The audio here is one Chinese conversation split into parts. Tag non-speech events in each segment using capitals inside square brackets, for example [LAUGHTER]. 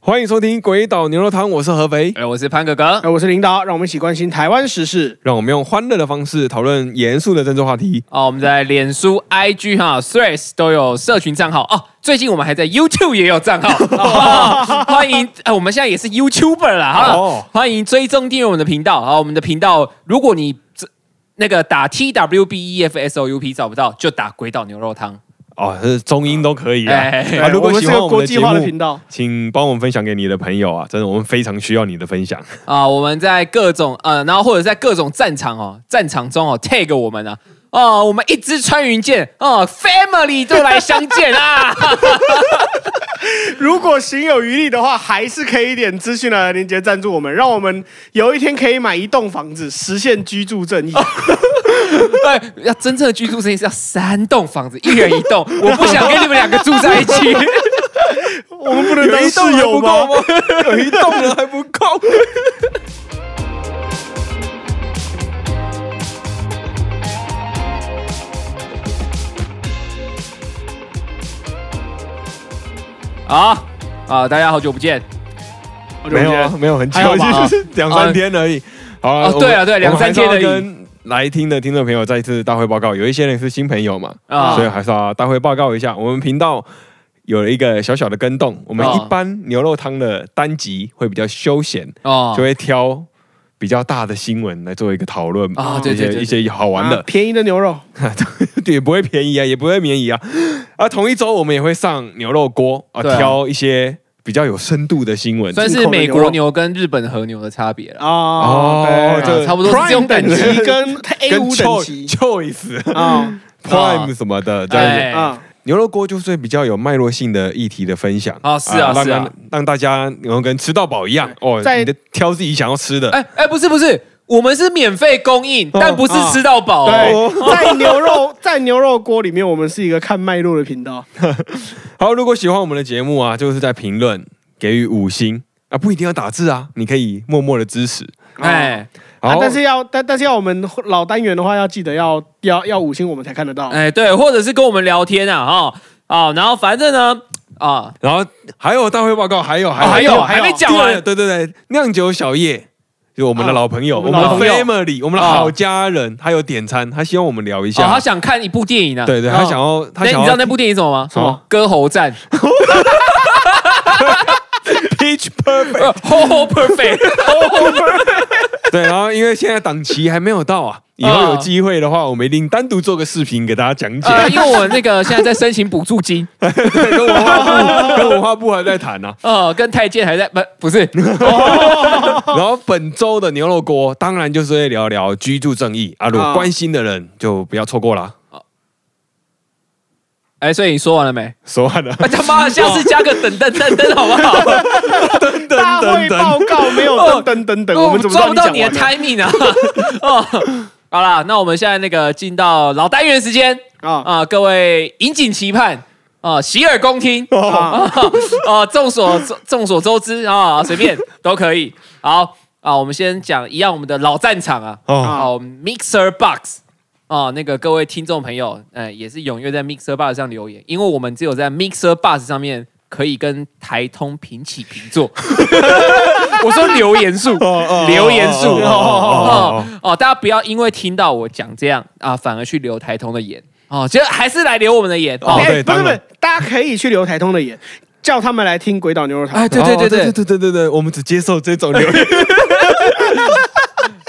欢迎收听《鬼岛牛肉汤》，我是合肥。哎，我是潘哥 [LAUGHS] 哥。呃，我是领导，让我们一起关心台湾时事。让我们用欢乐的方式讨论严肃的政治话题。哦，我们在脸书、IG 哈、Threads 都有社群账号哦。最近我们还在 YouTube 也有账号，哦欢迎。呃，我们现在也是 YouTuber 啦，哈、哦欢迎追踪订阅我们的频道。好、哦我们的频道，如果你这那个打 T W B E F S O U P 找不到，就打鬼岛牛肉汤。哦，是中英都可以啊。哎啊对如果我们喜是欢个我们国的际节化的目，频道，请帮我们分享给你的朋友啊！真的，我们非常需要你的分享。啊、我们在各种呃，然后或者在各种战场哦，战场中哦 tag 我们啊，哦，我们一支穿云箭哦，family 都来相见啊。 [LAUGHS] 如果行有余力的话，还是可以点资讯栏的链接赞助我们，让我们有一天可以买一栋房子，实现居住正义。 [LAUGHS] 对，要真正的居住正义是要三栋房子，一人一栋。我不想跟你们两个住在一起， [LAUGHS] 我们不 [LAUGHS] 能啊当室友吗？吗？有一栋人还不够。啊啊！大 [LAUGHS] 家好久不见我就没有觉得啊，没有很久还好，吧就是 [LAUGHS] 两三天而已。好啊哦对啊对啊两三天而已。我们我们还是要跟来听的听众朋友再一次大会报告，有一些人是新朋友嘛，啊所以！还是要大会报告一下，我们频道有了一个小小的跟动，我们哦一般牛肉汤的单集会比较休闲，哦就会挑比较大的新闻来做一个讨论啊对对对对一些一些好玩 [LAUGHS] 啊的，便宜的牛肉，也不会便宜啊，也不会便宜啊。啊，同一周我们也会上牛肉锅啊，对啊挑一些比较有深度的新闻。算是美国牛跟日本和牛的差别了。哦哦对这啊差不多是这种 Prime 感等觉级跟 A [LAUGHS] 跟五等 Choice [LAUGHS] 级 Choice [LAUGHS] 啊 Prime 什么的这样子，哎啊，牛肉锅就是比较有脉络性的议题的分享哦是啊让是啊让大家能够跟吃到饱一样哦，在你的挑自己想要吃的，哎哎，不是不是，我们是免费供应，哦但不是吃到饱哦。对，在牛肉 [LAUGHS] 在牛肉锅里面，我们是一个看脉络的频道。好，如果喜欢我们的节目啊，就是在评论给予五星啊，不一定要打字啊，你可以默默的支持。哎好，啊，但是要但但是要我们老单元的话，要记得要要要五星，我们才看得到。哎，对，或者是跟我们聊天啊，哈啊，然后反正呢啊，然后还有大会报告，还有还哦还有有还没讲讲完完，对对对，酿酒小叶。就我们的啊老朋友，我我们们的老朋友 family，我们的啊好家人，他有点餐，他希望我们聊一哦，他下。想看一部电影呢。对对，他哦想要，他那想你知道要那部电影什么吗？什么？歌喉战 [LAUGHS] pitch [LAUGHS] perfect。 ，Ho 哦 Perfect。对，然后因为现在档期还没有到啊，以后有机会的话，我们一定单独做个视频给大家讲解。呃，因为我那个现在在申请补助金， [LAUGHS] 跟文化部，跟文化部还在谈啊呢、呃，跟太监还在不不是，啊。然后本周的牛肉锅，当然就是会聊聊居住正义啊，如果啊关心的人就不要错过啦。哎，所以你说完了没？哦说完了，啊他妈的，下次加个等等等等好不 [LAUGHS] 好？噔大会噔噔报噔，告没有噔噔噔 [LAUGHS] 噔，我们怎么知抓道不你到讲你的完了 timing 啊？哦，好啦，那我们现在那个进到老单元时间啊啊，各位引颈期盼啊，洗耳恭听啊？啊，众所众所周知啊，随便都可以。好啊，我们先讲一样我们的老战场啊，哦，啊哦，Mixer Box 哦，那个各位听众朋友，呃，也是踊跃在 Mixer Box 上留言，因为我们只有在 Mixer Box 上面可以跟台通平起平 [LAUGHS] 坐。我说留言数，留言数哦哦哦哦哦，大家不要因为听到我讲这样啊，反而去留台通的言哦，就还是来留我们的言哦哦。对哎不是当不然是，大家可以去留台通的眼，叫他们来听鬼岛牛肉汤。哎，对对对对对对对对对，我们只接受这种留言。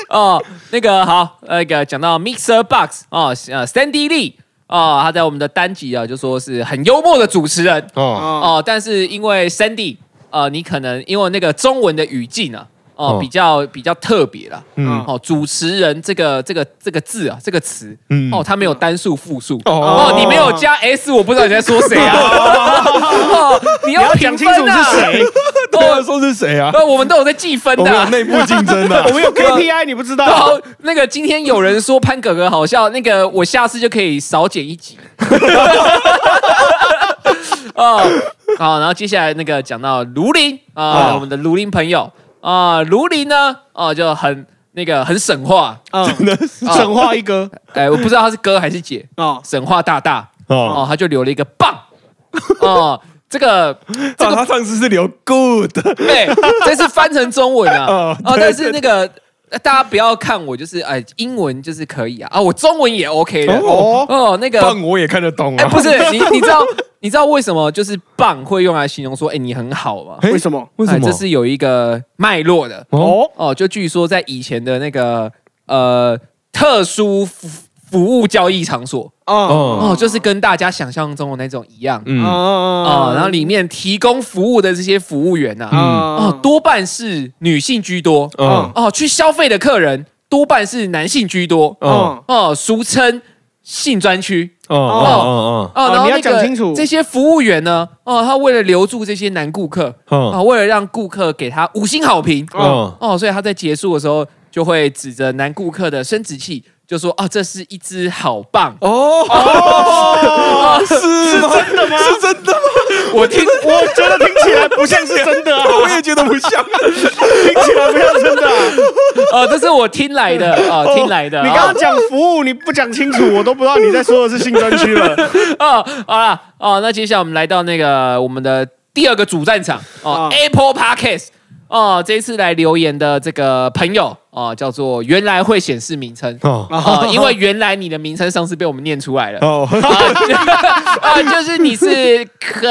哦，那个好，那个讲到 Mixer Box 哦，呃，Sandy Lee 哦，他在我们的单集啊，就说是很幽默的主持人。哦，哦，哦，但是因为 Sandy，呃，你可能因为那个中文的语境啊，哦，哦比较比较特别啦。嗯哦，主持人这个这个这个字啊，这个词，嗯哦，它没有单数复数。哦哦，你没有加 s，我不知道你在说谁啊。哦，你你要要评讲清分楚啊 [LAUGHS] 是。谁， [LAUGHS] 对啊，说是谁啊？呃，我们都有在计分我的们有啊。内部竞争的我。们有 KPI，你不 [LAUGHS] 知然道后。那个今天有人说潘哥哥好笑，那个我下次就可以少剪一集。 [LAUGHS] 哦，好，然后接下来那个讲到卢林啊，啊我们的卢林朋友啊，卢林呢，哦就很那个很神话，啊真的神话一哥哎，我不知道他是哥还是姐，啊神话大大哦哦，他就留了一个棒哦，这个啊，他上次是留 good， [LAUGHS] 对，哎这是翻成中文啊。哦哦，但是那个呃大家不要看我，就是哎，英文就是可以啊，啊，我中文也 OK 的。哦，哦，那个，棒我也看得懂哎、啊。不是你，你知道你知道为什么就是棒会用来形容说，哎、你很好吗？嘿为什么？为什哎么？这是有一个脉络的哦，哦，哦。就据说在以前的那个呃特殊服服务交易场所哦哦，就是跟大家想象中的那种一样嗯嗯，哦。然后你里面提供服务的这些服务员呐、啊，哦，哦多半是女性居多嗯，哦，去消费的客人多半是男性居多哦，哦哦，俗称性专区哦，哦，哦。哦然后你要那个讲清楚这些服务员呢，哦，他为了留住这些男顾客哦，嗯啊，为了让顾客给他五星好评哦，哦，所以他在结束的时候就会指着男顾客的生殖器就说：“哦，这是一只好棒。哦，哦， [LAUGHS] 是是真的吗？是真的吗？我听我觉得听起来不像是真的啊，我也觉得不像。听起来不像真的 [LAUGHS] 啊。哦，这是我听来的 [LAUGHS] 啊，哦听来的。你刚刚讲服务，你不讲清楚，我都不知道你在说的是新专区了。哦，好了，哦，那接下来我们来到那个我们的第二个主战场哦、啊 a p p l e Podcast 哦，这一次来留言的这个朋友哦，叫做原来会显示 [LAUGHS] 名称。 [LAUGHS] 哦哦，因为原来你的名称上次被我们念出 [LAUGHS] 来了，啊、哦， [LAUGHS] 啊就是你是可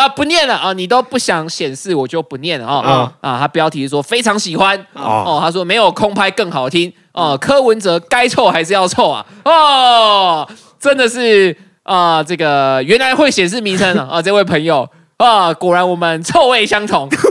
啊不念了啊、你都不想显示，我就不念了哦、啊，他标题是说非常喜欢哦哦，他说没有空拍更好听哦，柯文哲该臭还是要臭啊哦，真的是啊、这个原来会显示名称啊、啊这位朋友啊、果然我们臭味相同，臭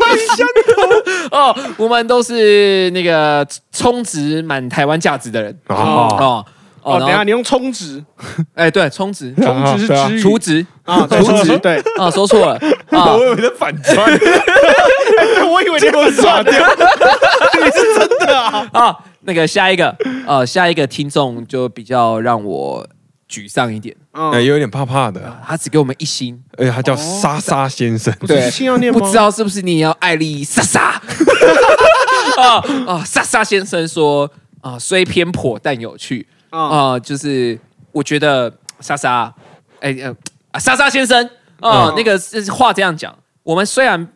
味相同哦，我们都是那个充值满台湾价值的人哦，哦哦， [LAUGHS] 哦，等一然下后你用充值， [LAUGHS] 哎对，充值充值 [LAUGHS] 是对啊 [LAUGHS] 值储值啊，对充值对。啊，说错 [LAUGHS] 了啊我。以为在反串，我以为你我傻算，掉。你是真的啊！啊，那个下一个，呃，下一个听众就比较让我沮丧一点， [LAUGHS] 哎，嗯，有点怕怕的，他只给我们一星，而且他叫莎莎先生。不是星耀念吗？不知道是不是你也要艾丽莎莎？ [LAUGHS] 啊啊，莎莎先生说啊，虽偏颇但有趣啊，啊，就是我觉得莎莎，哎呃啊，莎莎先生啊嗯，那个是话这样讲，我们虽然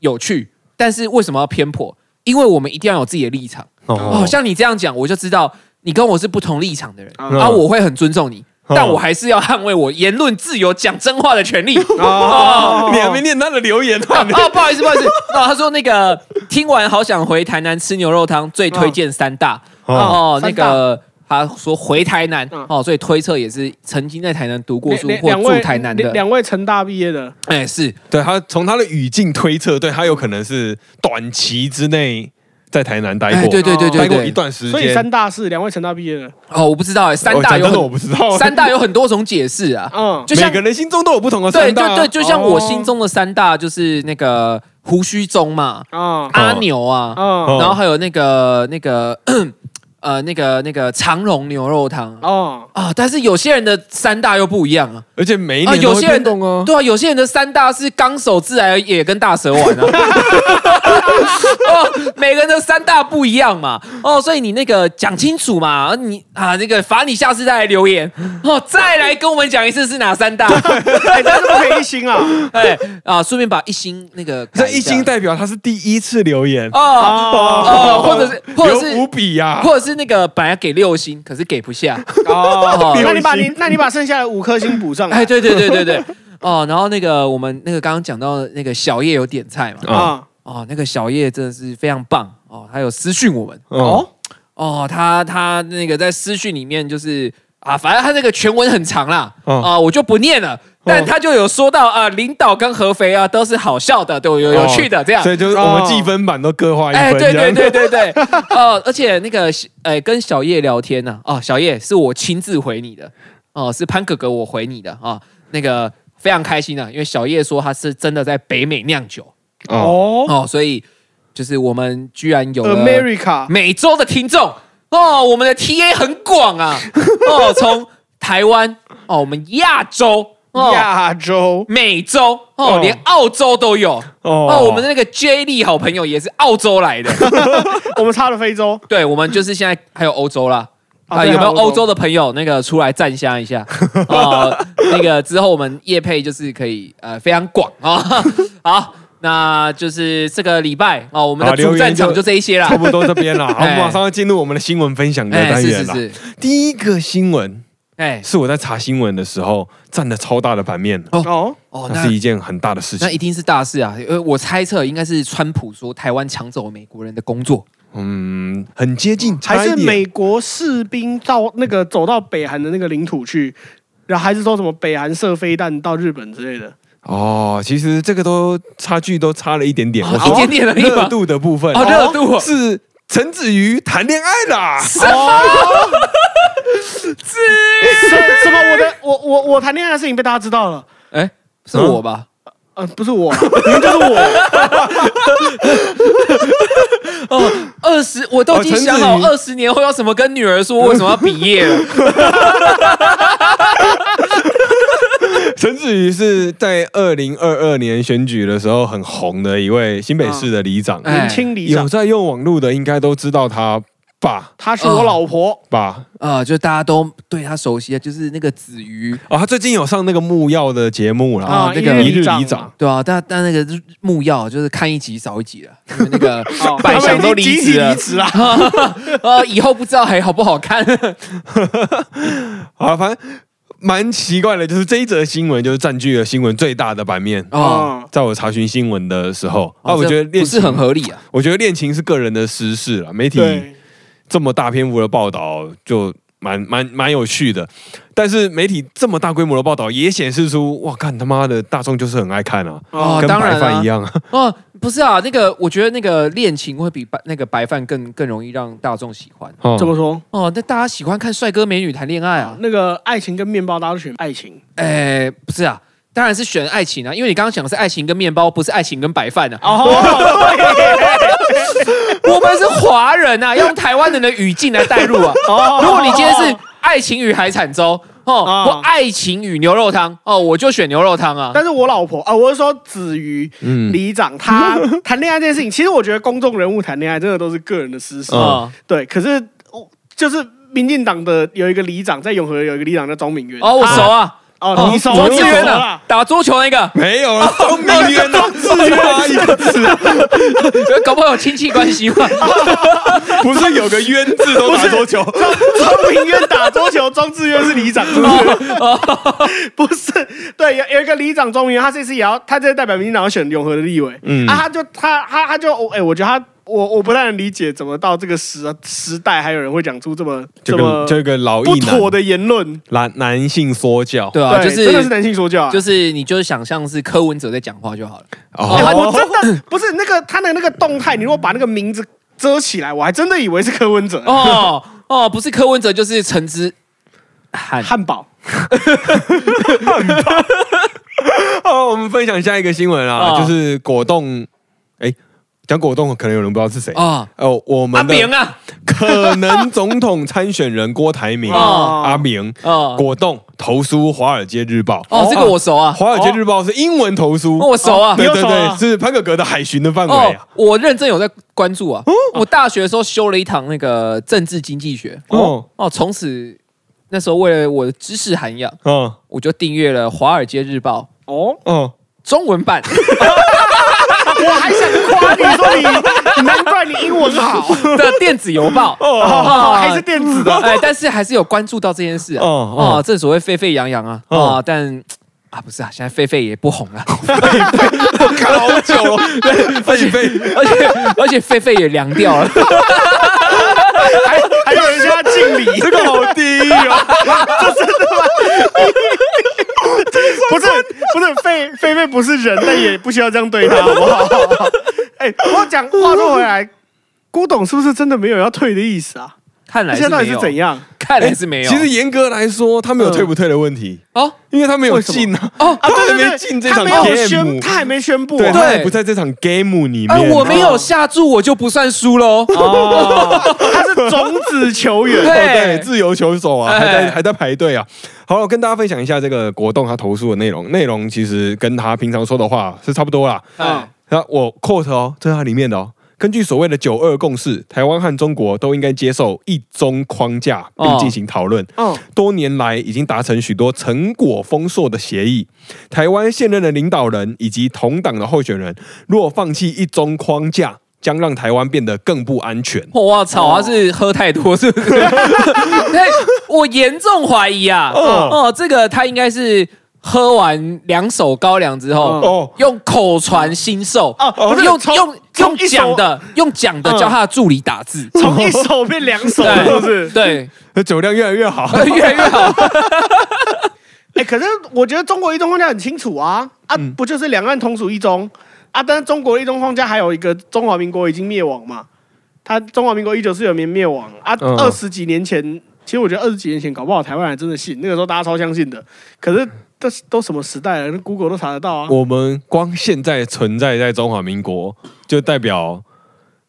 有趣，但是为什么要偏颇？因为我们一定要有自己的立场。哦，像你这样讲，我就知道你跟我是不同立场的人，嗯啊，我会很尊重你，哦但我还是要捍卫我言论自由、讲真话的权利。 [LAUGHS] 哦你还没念他的留言呢。啊，不好意思，不好意思。哦，他说那个听完好想回台南吃牛肉汤，最推荐三大哦哦，那个他说回台南嗯哦，所以推测也是曾经在台南读过两书两或两住位台南两的，两位成大毕业的，哎，是 [LAUGHS] 对他从他的语境推测，对他有可能是短期之内在台南待哎，过，对对对对待过一对，段时所以间。三大是两位成大毕业的，哦，我不知道哎，三哦大讲有真的我很不知道，三大有很多种解释啊，嗯，就像每个人心中都有不同的对三对大。啊对，就像我哦心中的三大就是那个胡须宗嘛，哦啊阿牛啊，啊然后还有那个那个 [CLEARS THROAT] 呃那个那个长荣牛肉汤啊、啊！但是有些人的三大又不一样啊。而且每一啊，年有都会些人变动啊。对啊，有些人的三大是纲手自来也跟大蛇丸 [LAUGHS] 啊，哦，每个人的三大不一样嘛，哦，所以你那个讲清楚嘛，啊你啊那个罚你下次再来留言哦，再来跟我们讲一次是哪 [LAUGHS] 三大，哎，但是不可以一星啊！哎啊，顺便把一星那个改这一一下星代表他是第一次留言，哦哦，哦或者是或者有是伏笔呀。或者是那个本来给六星，可是给不下。哦哦那你把你那你把剩下的五颗星补上来哎，对对对对对。哦，然后那个我们那个刚刚讲到的那个小叶有点菜嗯嘛，啊！哦，那个小叶真的是非常棒哦，他有私讯我们哦，哦，他他那个在私讯里面就是啊，反正他那个全文很长啦，哦啊，我就不念了，嗯但他就有说到啊，领导跟合肥啊都是好笑的，对，有有趣的这样哦哦所，以就是我们计分板都各画一哎，分，对这对样对对对，哦，而且那个呃，跟小叶聊天呢、哦，小叶是我亲自回你的，哦，是潘哥哥我回你的啊、哦，那个非常开心啊，因为小叶说他是真的在北美酿酒哦，哦呃哦，所以就是我们居然有了，America 美洲的听众哦，我们的 TA 很广啊，哦，从台湾哦，我们亚洲哦。亚洲美洲哦，哦连澳洲都有哦哦我们的那个 J 莉好朋友也是澳洲来的，我们差了非洲对，我们就是现在还有欧洲啦。啊，对有没有还欧洲的朋友那个出来站香一下？啊，那个之后我们业配就是可以呃非常广啊。 [LAUGHS] 好，那就是这个礼拜啊，我们好的留主言战场就就这一些啦差。不多这 [LAUGHS] 边啦，好我啊们啊哎马上要进入我们的新闻分享的哎，单是元是啦。是，第一个新闻哎，是我在查新闻的时候占了超大的版面，哦，哦，那那是一件很大的事情那。一定是大事啊！呃，我猜测应该是川普说台湾抢走美国人的工作，嗯，很接近，差还一是点美国士兵到那个走到北韩的那个领土去，然后还是说什么北韩射飞弹到日本之类的？哦。其实这个都差距都差了一点点，哦我说一点点而已嘛热度的部分哦，热度哦是陈子瑜谈恋爱 [LAUGHS] 啦。什什么？我的我我我谈恋爱的事情被大家知道了？哎，是我吧？呃，不是我，你们就是我。哦，二十，我都已经想哦陈好子瑜二十年后要怎么跟女儿说，为什么要毕业了？陈子瑜是在二零二二年选举的时候很红的一位新北市的里长，哎年轻里有长，在用网络的应该都知道他爸她是我老婆。爸呃，就大家都对他熟悉啊，就是那个子瑜，哦，他最近有上那个木曜的节目啦，啊啊，那一个一日日里里长长，对啊，但但那个木曜就是看一集少一集了，因为那个 [LAUGHS] 哦百 [LAUGHS] 他祥们都已经离集职体了离，职啦。呃，以后不知道还好不好看。 [LAUGHS] 啊，反正蛮奇怪的，就是这一则新闻就是占据了新闻最大的版面。哦，嗯在我查询新闻的时候，啊，哦我这觉得恋不是情很，合理啊。我觉得恋情是个人的私事了，媒体对，这么大篇幅的报道就蛮蛮蛮有趣的，但是媒体这么大规模的报道也显示出，哇，看他妈的大众就是很爱看啊，哦跟当然白啊饭一样啊，哦，不是啊，那个我觉得那个恋情会比白那个白饭更更容易让大众喜欢哦怎么说？哦。那大家喜欢看帅哥美女谈恋爱啊？那个爱情跟面包，大家都选爱情。哎，不是啊，当然是选爱情啊，因为你刚刚讲的是爱情跟面包，不是爱情跟白饭啊。哦，我们是华人啊，要用台湾人的语境来代入啊。 [LAUGHS] 哦 [LAUGHS] 如果你今天是爱情与海产粥哦，啊或爱情与牛肉汤哦，我就选牛肉汤啊。但是我老婆啊，我是说子瑜嗯里 [LAUGHS] 长，他谈恋爱这件事情，其实我觉得公众人物谈恋爱真的都是个人的私事。哦对，可是哦就是民进党的有一个里长，在永和有一个里长叫庄敏渊。哦，我熟啊，哦，哦你熟，庄你志熟渊啊了，。打桌球那个，没有了，都明天了，自发一个字， [LAUGHS] 搞不好有亲戚关系嘛。不是有个冤字都打多 [LAUGHS] [LAUGHS] 久？庄敏渊打桌球，庄志渊是里长，是不是？ [LAUGHS] 不是，对，有有一个里长庄敏渊，他这次也要，他这次代表民进党要选永和的立委，嗯啊，他就他他他就，哎、我觉得他。我我不太能理解，怎么到这个时时代，还有人会讲出这么这这么个这个老不一男妥的言论，男男性说教，对啊，对，就真的是是男性说教啊，就是你就是想象是柯文哲在讲话就好了。哎、哦，我真的不是那个他的那个动态，你如果把那个名字遮起来，我还真的以为是柯文哲。哦哦，不是柯文哲就是陈之汉。汉堡 [LAUGHS] 好，哦我们分享下一个新闻啊，哦就是果冻，哎，讲果冻可能有人不知道是谁哦，哦，我阿们的明啊，可能总统参选人郭台 [LAUGHS] 铭、哦阿明、哦果冻投书《华尔街日报》哦，这个我熟啊，华尔街日报》是英文投书，我熟啊。对你有对手对，啊是潘可格的海巡的范围哦啊。，我认真有在关注哦啊。我大学的时候修了一堂那个政治经济学。哦哦，从此那时候为了我的知识涵养，哦我就订阅了《华尔街日报哦，》嗯中文版。我还想夸你说你，难怪你英文好， [LAUGHS] 的电子邮报 [LAUGHS] 哦还是电子的哎，但是还是有关注到这件事啊，哦哦哦，正所谓沸沸扬扬啊，哦啊，但啊不是啊，现在狒狒也不红 [LAUGHS] 了，我看了好 [LAUGHS] 久哦，对狒狒而且而且狒狒也凉 [LAUGHS] 掉了，还还有人家敬 [LAUGHS] 礼，这个好低哦，不是不是，菲菲菲不是人，但也不需要这样对他，好不 [LAUGHS] 好？哎、我讲话说回来，郭董是不是真的没有要退的意思啊？看来现是在到没底是有，怎样？哎看来是没有，其实严格来说，他没有退不退的问题，哦因为他没有为什么进啊，哦他啊，还对没对进这对，场他没有宣， game，他还没宣布、对， [LAUGHS] 啊。他还不在这场 game 里啊，面。哦我没有下注我就不算输喽， [LAUGHS] 哦，他是种子球员，对哦对，自由球手啊，哎还在还在排队啊。好，我跟大家分享一下这个国栋他投诉的内容，内容其实跟他平常说的话是差不多啦。哎啊那我 quote 哦，这是他里面的哦。根据所谓的“九二共识”，台湾和中国都应该接受一中框架，并哦进行讨论。嗯，多年来已经达成许多成果丰硕的协议。台湾现任的领导人以及同党的候选人，若放弃一中框架，将让台湾变得更不安全。我操，他是喝太多是 [LAUGHS] 不是？哎我严重怀疑啊，哦，这个他应该是喝完两手高粱之嗯后，哦，用口传心授，哦不是用从用从用一手讲的，用讲的嗯教他的助理打字，从一手变两手，对是不是？对，那酒量越来越好。越来越好。哎，可是我觉得中国一中框架很清楚啊，啊，嗯不就是两岸同属一中啊？但是中国一中框架还有一个中华民国已经灭亡嘛，它中华民国一九四九年灭亡啊，嗯二十几年前，其实我觉得二十几年前搞不好台湾人真的信，那个时候大家超相信的。可是这都什么时代了，那 Google 都查得到啊。我们光现在存在在中华民国，就代表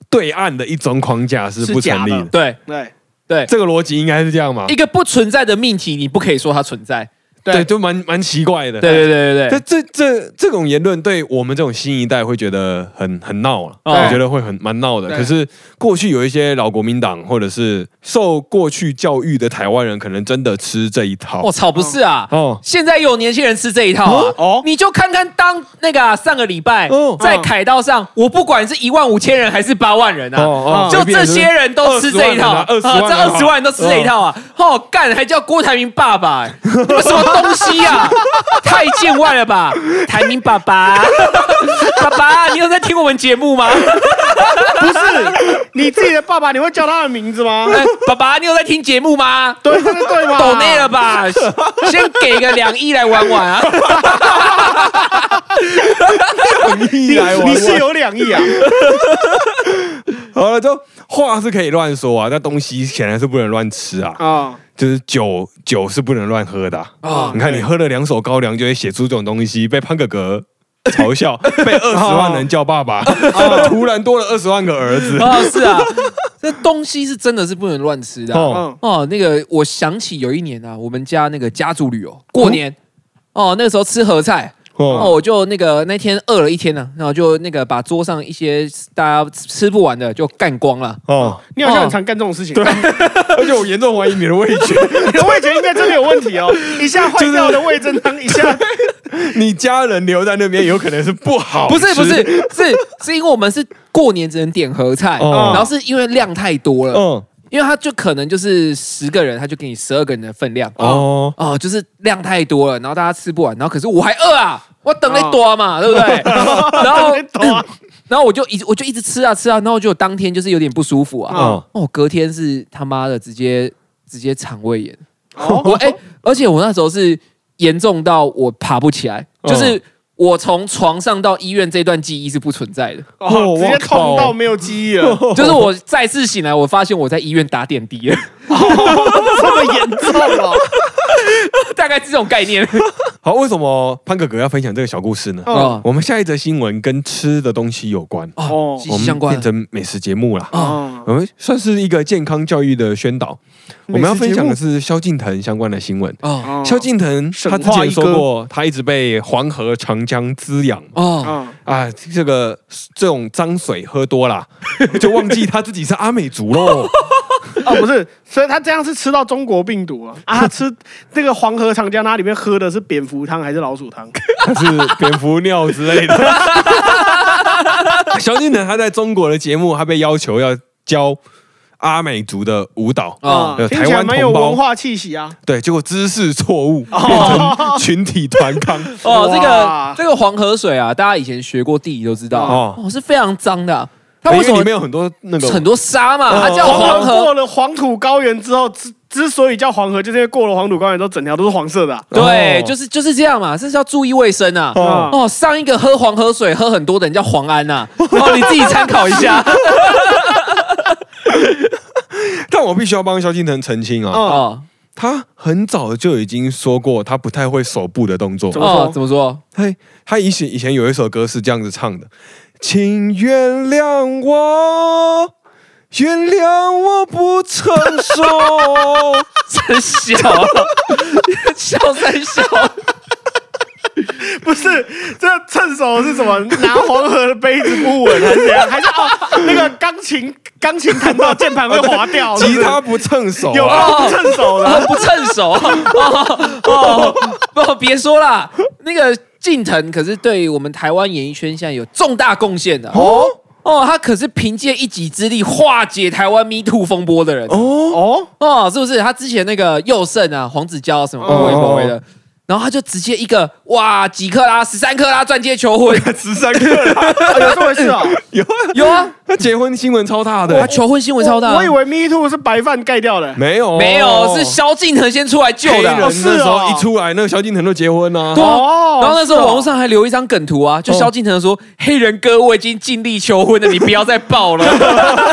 对岸的一中框架是不是假成的立的。对对对，这个逻辑应该是这样嘛一？个不存在的命题，你不可以说它存在。对，就蛮蛮奇怪的。对对对对这对，这这这种言论，对我们这种新一代会觉得很很闹了、哦我觉得会很蛮闹的。对可是过去有一些老国民党或者是受过去教育的台湾人，可能真的吃这一套。我操，不是啊。哦，现在也有年轻人吃这一套啊！哦你就看看当那个啊、上个礼拜、哦在凯道上，我不管是一万五千人还是八万人啊，哦就这些 [LAUGHS] 人都吃这一套，哦二十万人啊这二十万人都吃这一套啊！哦，干，还叫郭台铭爸爸、欸，你们什么东西啊？ [LAUGHS] 太见外了吧，台铭爸爸， [LAUGHS] 爸爸，你有在听我们节目吗？不是你自己的爸爸，你会叫他的名字 [LAUGHS] 吗？ [LAUGHS] 哎爸爸，你有在听节目吗？对对对吗？抖内了吧，先给个两亿来玩玩啊！你你你是有两亿啊？ [LAUGHS] 好了，就话是可以乱说啊，但东西显然是不能乱吃啊。啊，就是酒酒是不能乱喝的啊！哦你看你喝了两手高粱，就会写出这种东西，被潘哥哥嘲 [LAUGHS] 笑，被二十万人叫爸爸，突然多了二十万个儿子。 [LAUGHS] 哦，是啊，这东西是真的是不能乱吃的啊、哦，嗯，哦，那个我想起有一年啊，我们家那个家族旅游过年，哦，那个时候吃盒菜，哦，哦，我就那个那天饿了一天呢、然后就那个把桌上一些大家吃不完的就干光了。哦，你好像很常干这种事情。对，而且我严重怀疑你的味觉， [LAUGHS] [LAUGHS] 你的味觉应该真的有问题哦，一下坏掉的味噌汤，一下你家人留在那边有可能是不好吃，不是不是是是因为我们是过年只能点盒菜，哦然后是因为量太多了，嗯，因为他就可能就是十个人，他就给你十二个人的分量。哦哦，哦，就是量太多了，然后大家吃不完，然后可是我还饿啊，我等了多嘛，哦对不对？ [LAUGHS] 然后嗯抖啊，然后我就一直我就一直吃啊吃啊，然后就当天就是有点不舒服啊，嗯哦，哦，隔天是他妈的直接直接肠胃炎。哦我哎、而且我那时候是严重到我爬不起来，嗯就是我从床上到医院这段记忆是不存在的，哦，直接痛我靠到没有记忆了，就是我再次醒来，我发现我在医院打点滴了， [LAUGHS] 这么严重哦。大概是这种概念。好，为什么潘哥哥要分享这个小故事呢？哦哦我们下一则新闻跟吃的东西有关，哦息我息们相关变成美食节目啦。哦，我们算是一个健康教育的宣导。我们要分享的是萧敬腾相关的新闻。哦萧敬腾神他话之前一说哥过，他一直被黄河、长江滋养哦啊，啊，这个这种脏水喝多了， [LAUGHS] 就忘记他自己是阿美族 [LAUGHS] 喽。哦不是，所以他这样是吃到中国病毒啊啊，他吃那个黄河长江，他里面喝的是蝙蝠汤还是老鼠汤？他是蝙蝠尿之类的。 [LAUGHS] 萧敬腾他在中国的节目，他被要求要教阿美族的舞蹈，哦呃啊听台起来湾蛮有同文胞化气息啊。对，结果姿势错误，变哦成群体团 [LAUGHS] 康。哦，这个哇这个黄河水啊，大家以前学过地理都知道，哦哦是非常脏的啊、它哎因为为什么里面有很多那个很多沙嘛？它叫哦黄河过了黄土高原之后，之之所以叫黄河，就是因为过了黄土高原之后，整条都是黄色的啊。对，哦就是就是这样嘛，这是要注意卫生啊。哦哦，上一个喝黄河水喝很多的人叫黄 [LAUGHS] 安呐、哦，你自己参考一下。但我必须要帮萧敬腾澄清啊，嗯，哦他很早就已经说过他不太会手部的动作怎。么说哦，怎么说？他他以前以前有一首歌是这样子唱的：“请原谅我，原谅我不成 [LAUGHS] 熟。真小，笑三小。不是，这趁手是什 [LAUGHS] 么？拿黄河的杯子不稳还是怎样？还是哦，那个钢琴钢琴弹到键盘会滑掉，是 [LAUGHS] 不吉是他不趁手有啊，够趁手的。不趁手哦哦哦！别说啦，那个近藤可是对我们台湾演艺圈现在有重大贡献的哦哦，他可是凭借一己之力化解台湾 Me Too 风波的人哦哦，哦，是不是？他之前那个佑胜啊、黄子佼啊什么哦某位某位的，然后他就直接一个哇几克拉、十三克拉钻戒求婚，十三个啦，啊有这回事 [LAUGHS] 哦。有啊有啊，他结婚新闻超大他的，求婚新闻超大啊， [LAUGHS] 我我以为 Me Too 是白饭盖掉的。没有没有是萧敬腾先出来救黑的人啊。那哦是哦时候一出来，那个萧敬腾都结婚啊对，啊哦然后那时候是哦哦网络上还留一张梗图啊，就萧敬腾说：“黑人哥，我已经尽力求婚了，你不要再爆了。 [LAUGHS]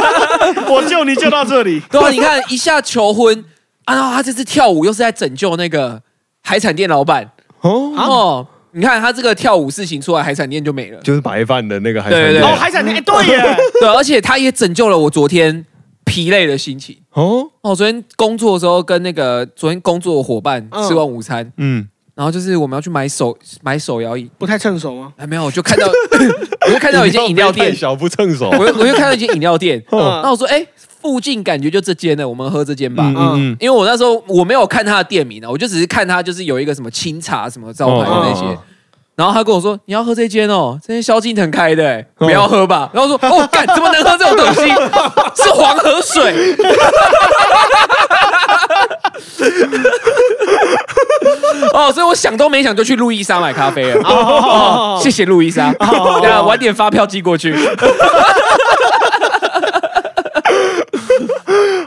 我救你救到这里”，对啊，你看一下求婚，啊，然后他这次跳舞又是在拯救那个海产店老板啊哦，哦。你看他这个跳舞事情出来，海产店就没了。就是白饭的那个海对对哦，产海产店，哎，对耶，对，啊而且他也拯救了我昨天疲累的心情。哦，哦，昨天工作的时候跟那个昨天工作的伙伴嗯吃完午餐，嗯，然后就是我们要去买手买手摇椅， [LAUGHS] 不太趁手吗？哎，没有，我就看到 [LAUGHS] 我就看到一间饮料太 [LAUGHS] 店，小不趁手，我又我又看到一间饮料店，哦然后我说，哎、附近感觉就这间了，我们喝这间吧。嗯嗯嗯，因为我那时候我没有看他的店名啊，我就只是看他就是有一个什么清茶什么招牌的那些，哦哦然后他跟我说你要喝这间哦，这间萧敬腾开的、欸，不要喝吧。然后我说哦，干怎么能喝这种东西？是黄河水。 [LAUGHS] 哦，所以我想都没想就去路易莎买咖啡了。哦，谢谢路易莎，那晚点发票寄过去。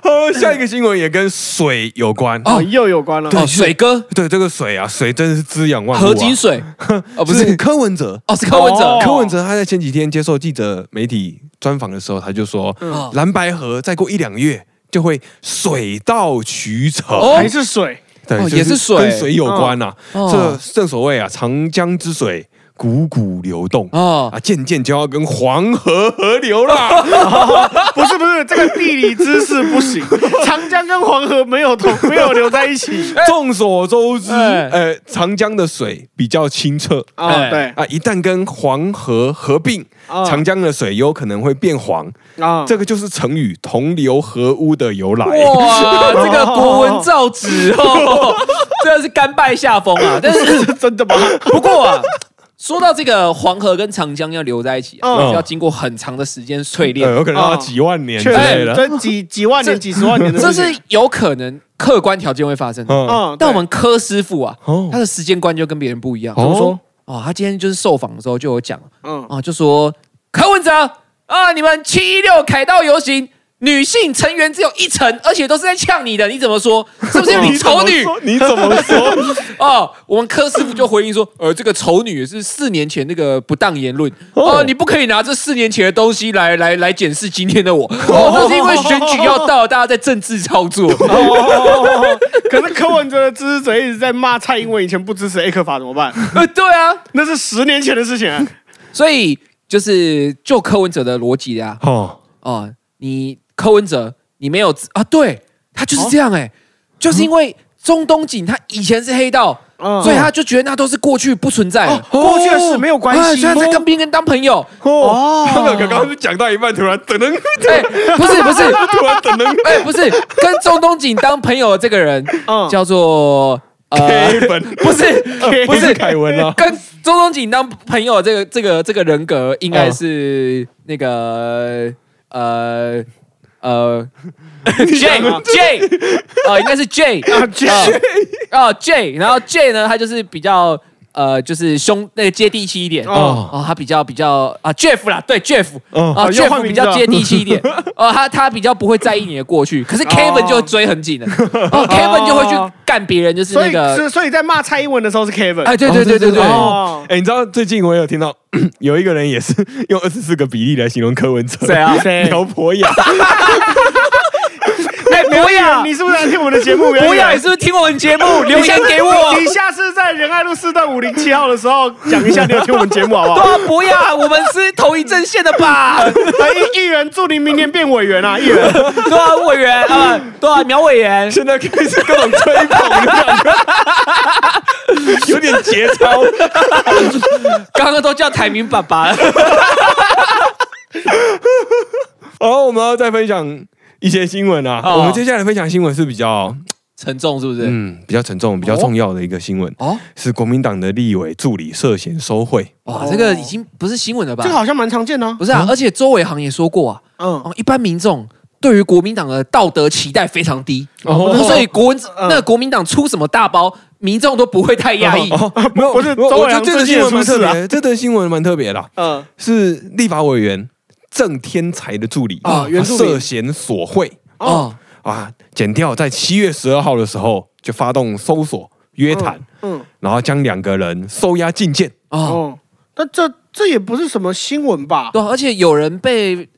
哦，下一个新闻也跟水有关。哦哦，又有关了。哦，水哥，对这个水啊，水真的是滋养万物、啊。合 [LAUGHS] 金水，哦不是是，柯文哲，哦是柯文哲哦，柯文哲他在前几天接受记者媒体专访的时候，他就说，嗯蓝白河再过一两月就会水到渠成。哦还是水，对，哦就是也是水跟水有关呐、哦这正所谓啊，长江之水汩汩流动。哦啊，渐渐就要跟黄河合流 [LAUGHS] 啦！不是不是，这个地理知识不行。长江跟黄河没有同没有留在一 [LAUGHS] 起众所周知，哎呃，长江的水比较清澈啊，哎对啊，一旦跟黄河合并，啊长江的水有可能会变黄。啊，这个就是成语“同流合污”的由来。 [LAUGHS] 哇，这个国文造纸哦，真的是甘拜下风啊！[LAUGHS] 但是是真的吗？不过啊，说到这个黄河跟长江要留在一起、啊，嗯要经过很长的时间淬呃，炼，有可能要哦几万年之确类实，哎的。这几几万年、几十万年的这事情，是有可能客观条件会发生的。嗯，嗯，但对我们柯师傅啊哦，他的时间观就跟别人不一样。怎么说哦，他今天就是受访的时候就有讲 [LAUGHS] 嗯啊，就说柯文哲啊，你们七一六凯道游行。女性成员只有一成，而且都是在呛你的，你怎么说？是不是因 [LAUGHS] 为你丑女？你怎么说？哦，我们柯师傅就回应说，呃，这个丑女也是四年前那个不当言论，哦哦、你不可以拿这四年前的东西来来来检视今天的我，哦，那是因为选举要到了，大家在政治操作，哦哦哦 [LAUGHS] 哦哦可是柯文哲的支持者一直在骂蔡英文以前不支持 A 克法怎么办？呃，对啊，那是十年前的事情啊。所以就是就柯文哲的逻辑啊，哦，哦、你柯文哲你没有啊，对他哦就是这样哎、就是因为中东锦他以前是黑道。嗯哦所以他就觉得那都是过去不存在的，过去的事没有关系哎所以他在跟别人当朋友，哦， [LAUGHS] 他们刚刚是讲到一半，突然噔 [LAUGHS] 噔，哎、不是不是， [LAUGHS] 突然噔噔哎、不是跟中东锦当朋友的这个人嗯叫做呃， ，K 本不是 [LAUGHS] 不不是是 [LAUGHS] 凯文啊，跟中东锦当朋友的这个这个这个人格应该是那个呃 [LAUGHS] 呃 J J 呃应该是 J 啊，J 啊、呃、J，然后 J 呢他就是比较呃就是凶那个接地气一点哦哦哦，他比较比较啊 Jeff 啦对 Jeff 哦啊又 Jeff 换比名字啊较接地气一 [LAUGHS] 点哦他他比较不会在意你的过去，可哦是 Kevin 就会追很紧的哦 Kevin 就会去干别人就是所那以个是所以在骂蔡英文的时候是 Kevin 哎对对对对对。哦，哎，你知道最近我有听到 [CLEARS THROAT] 有一个人也是用二十四个比例来形容柯文哲，谁 [LAUGHS] 啊谁苗博雅，哎，博博雅雅，你是不是来听我们的节目？博雅，你是不是听我们节目？留言给我。你下次在仁爱路四段五零七号的时候讲一下，你有听我们节目好不 [LAUGHS] 对好？啊，博雅，我们是同一阵线的吧？哎，议议员，祝您明年变委员啊，议员。对啊，委员啊，对啊，苗委员。现在开始各种吹捧，有点节操。刚刚都叫台明爸爸了，好，哦我们要再分享一些新闻啊。哦我们接下来分享新闻是比较沉重是不是？嗯比较沉重、比较重要的一个新闻，哦，是国民党的立委助理涉嫌收贿。哇，这个已经不是新闻了吧这个？好像蛮常见的啊、不是啊，而且周伟航也说过啊，嗯，哦，一般民众对于国民党的道德期待非常低，哦所以国嗯那国民党出什么大包，民众都不会太压抑。哦，没有，不是我周我伟觉航得这个最近新也闻蛮出特事啊别，这则新闻蛮特别的啊，嗯，是立法委员郑天才的助理啊原助理涉嫌索贿哦，啊，检调在七月十二号的时候就发动搜索约谈，嗯，然后将两个人收押禁见。哦，哦，但这这也不是什么新闻吧？对啊，而且有人被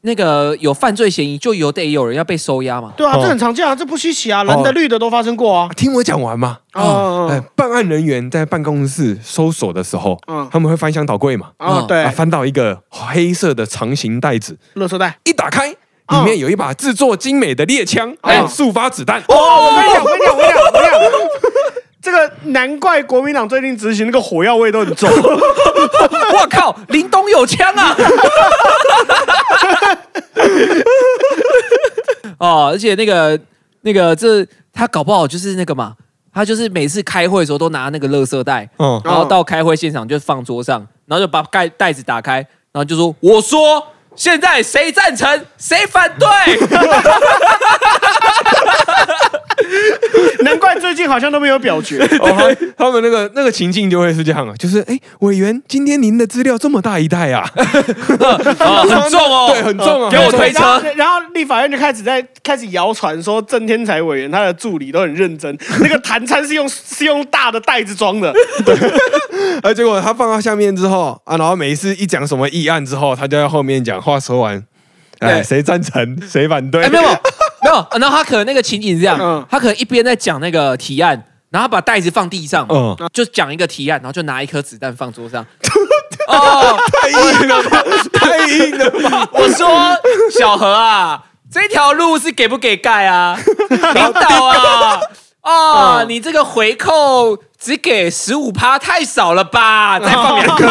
那个有犯罪嫌疑，就有得有人要被收押嘛。对啊，哦这很常见啊，这不稀奇啊，蓝的哦绿的都发生过啊啊。听我讲完嘛。哦嗯哎嗯，办案人员在办公室搜索的时候，嗯他们会翻箱倒柜嘛，哦，嗯对啊，，翻到一个黑色的长形袋子，垃 [LAUGHS] 圾袋。一打开，嗯里面有一把制作精美的猎枪，还有嗯数发子弹。哦，我跟你讲，我跟你讲，我跟你讲，我跟你讲，这个难怪国民党最近执行那个火药味都 [LAUGHS] 很重。我靠，林东有枪啊！ [LAUGHS] 哦，而且那个那个这他搞不好就是那个嘛，他就是每次开会的时候都拿那个垃圾袋， [LAUGHS] 嗯，然后到开会现场就放桌上，然后就把盖袋子打开，然后就说：“我说现在谁赞成，谁反 [LAUGHS] 对嗯难怪最近好像都没有表决。哦，他他们那个那个情境就会是这样啊，就是哎，委员，今天您的资料这么大一袋啊，？”啊，很重哦，对，很重啊，给我推车然后。然后立法院就开始在开始谣传说郑天才委员他的助理都很认真，那个弹餐是用是用大的袋子装的，啊，结果他放到下面之后啊，然后每一次一讲什么议案之后，他就在后面讲话说完，哎，对谁赞成谁反对？哎，没有没有，然后他可能那个情景是这样嗯，他可能一边在讲那个提案，然后他把袋子放地上，嗯，就讲一个提案，然后就拿一颗子弹放桌上。哦，太硬了吧，太硬了吧！我说小何啊，这条路是给不给盖啊？领导啊，哦，嗯你这个回扣只给十五趴，太少了吧？再放两颗，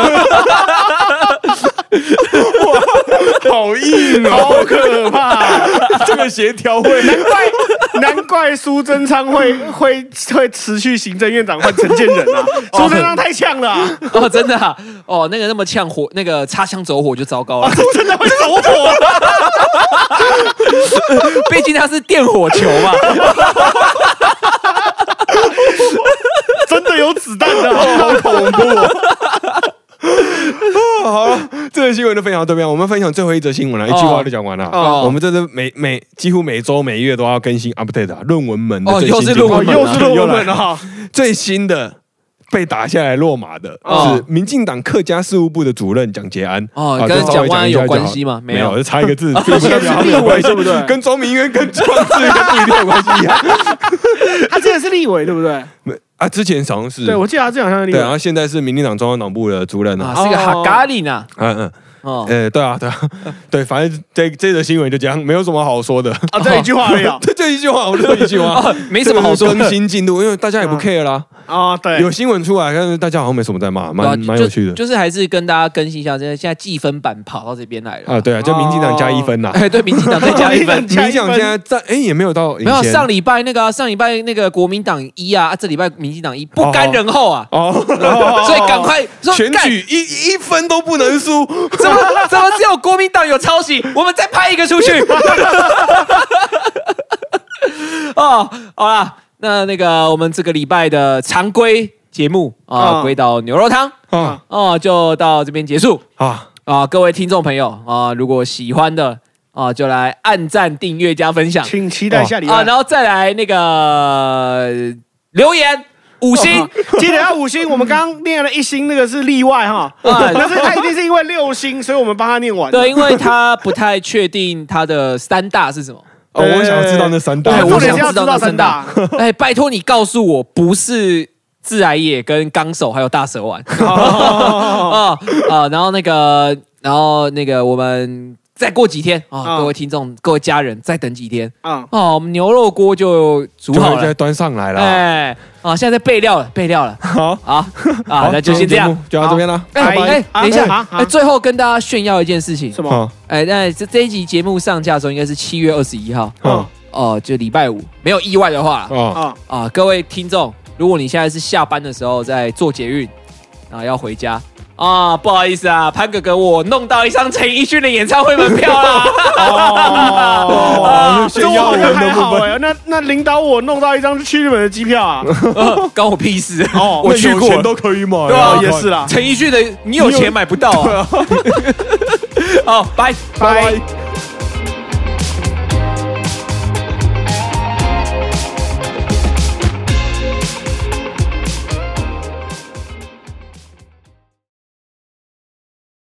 好硬哦，好可怕！ [LAUGHS] 这个协调会难怪难怪苏贞昌会 [LAUGHS] 会会辞去行政院长换陈建仁啊，苏贞昌太呛了、啊，哦，真的啊，哦，那个那么呛火，那个擦枪走火就糟糕了，真的会走火。毕竟它是电火球嘛。 [LAUGHS] 真的有子弹的、啊好恐怖、 [LAUGHS] 哦好了，这个新闻就分享到这边，我们分享最后一则新闻了，一句话就讲完了。哦我们这是每每几乎每周每月都要更新 update 啊，论文门的哦最新又是进度论文门啊又是论文又来啊！最新的被打下来落马的哦是民进党客家事务部的主任蒋捷安。哦啊跟稍微蒋万安一下有就好关系吗没没有有，就差一个 [LAUGHS] 字，并不这代表他们有关系，对不对跟庄明渊跟庄志渊不一定有关系啊。 [LAUGHS] 他之前是立委对不对？没啊，之前好像是对，我记得他之前好像是立对，然啊委。后现在是民进党中央党部的主任啊。啊，是个哈咖喱呢。嗯嗯，哦，呃，对啊，对 [LAUGHS] 啊，对，反正这这则新闻就这样，没有什么好说的。。啊，这一句话而已啊 [LAUGHS] 就一句话，我就一句 [LAUGHS] 话，哎哦啊没什么好说的更新进度，因为大家也不 care 啦。啊，对，有新闻出来，但是大家好像没什么在骂，对啊蛮蛮就有趣的就是还是跟大家更新一下，现在现在计分板跑到这边来了啊。对啊，就民进党加一分啦。 [LAUGHS] 哎，对，民进党再 [LAUGHS] 加一分民。进民党加一分进党现在在哎也没有到领没有先上礼拜那个啊、上礼拜那个国民党一啊，啊这礼拜民进党一，不甘人后啊， [LAUGHS] 哦， [LAUGHS] 所以赶快说选干举一一分都不能 [LAUGHS] 输，怎么怎么只有国民党有抄袭？我们再拍一个出去。 [LAUGHS] 哦，好啦，那那个我们这个礼拜的常规节目啊，嗯归到牛肉汤啊哦，就到这边结束啊！啊。各位听众朋友啊，如果喜欢的啊，就来按赞、订阅、加分享请期待下礼啊，拜。然后再来那个呃留言五星。记得要五星，我们刚刚念了一星，那个是例外哈，啊 [LAUGHS] 但是他一定是因为六星，所以我们帮他念完。对，因为他不太确定他的三大是什么。哦，我想知道那三大对，重我点想是要知道三大哎，拜托你告诉我，不是致癌液、跟纲手还有大哦蛇丸啊啊！然后那个，然后那个，我们再过几天啊、啊各位听众、各位家人，再等几天啊，哦，我们牛肉锅就煮就好会再了。端上来了。哎，啊，现在在备料了，备料了。 [LAUGHS] 好，好啊，那就今天先这节目样。就到这边啦。哎拜拜哎，啊等一下，啊啊哎，最后跟大家炫耀一件事情。什么？好，哎，那这这一集节目上架的时候应该是七月二十一号好，哦，就礼拜五，没有意外的话啦哦，啊，啊，各位听众，如果你现在是下班的时候在做捷运啊，要回家啊，不好意思啊，潘哥哥，我弄到一张陈奕迅的演唱会门 [LAUGHS] 票啦。哦哦，炫耀文这的我部分还好哎，那那领导我弄到一张去日本的机票啊，呃关我屁事。哦 [LAUGHS] 我去过那有钱都可以买，对啊也是啦， [LAUGHS] 陈奕迅的，你有钱买不到啊。哦，拜拜拜。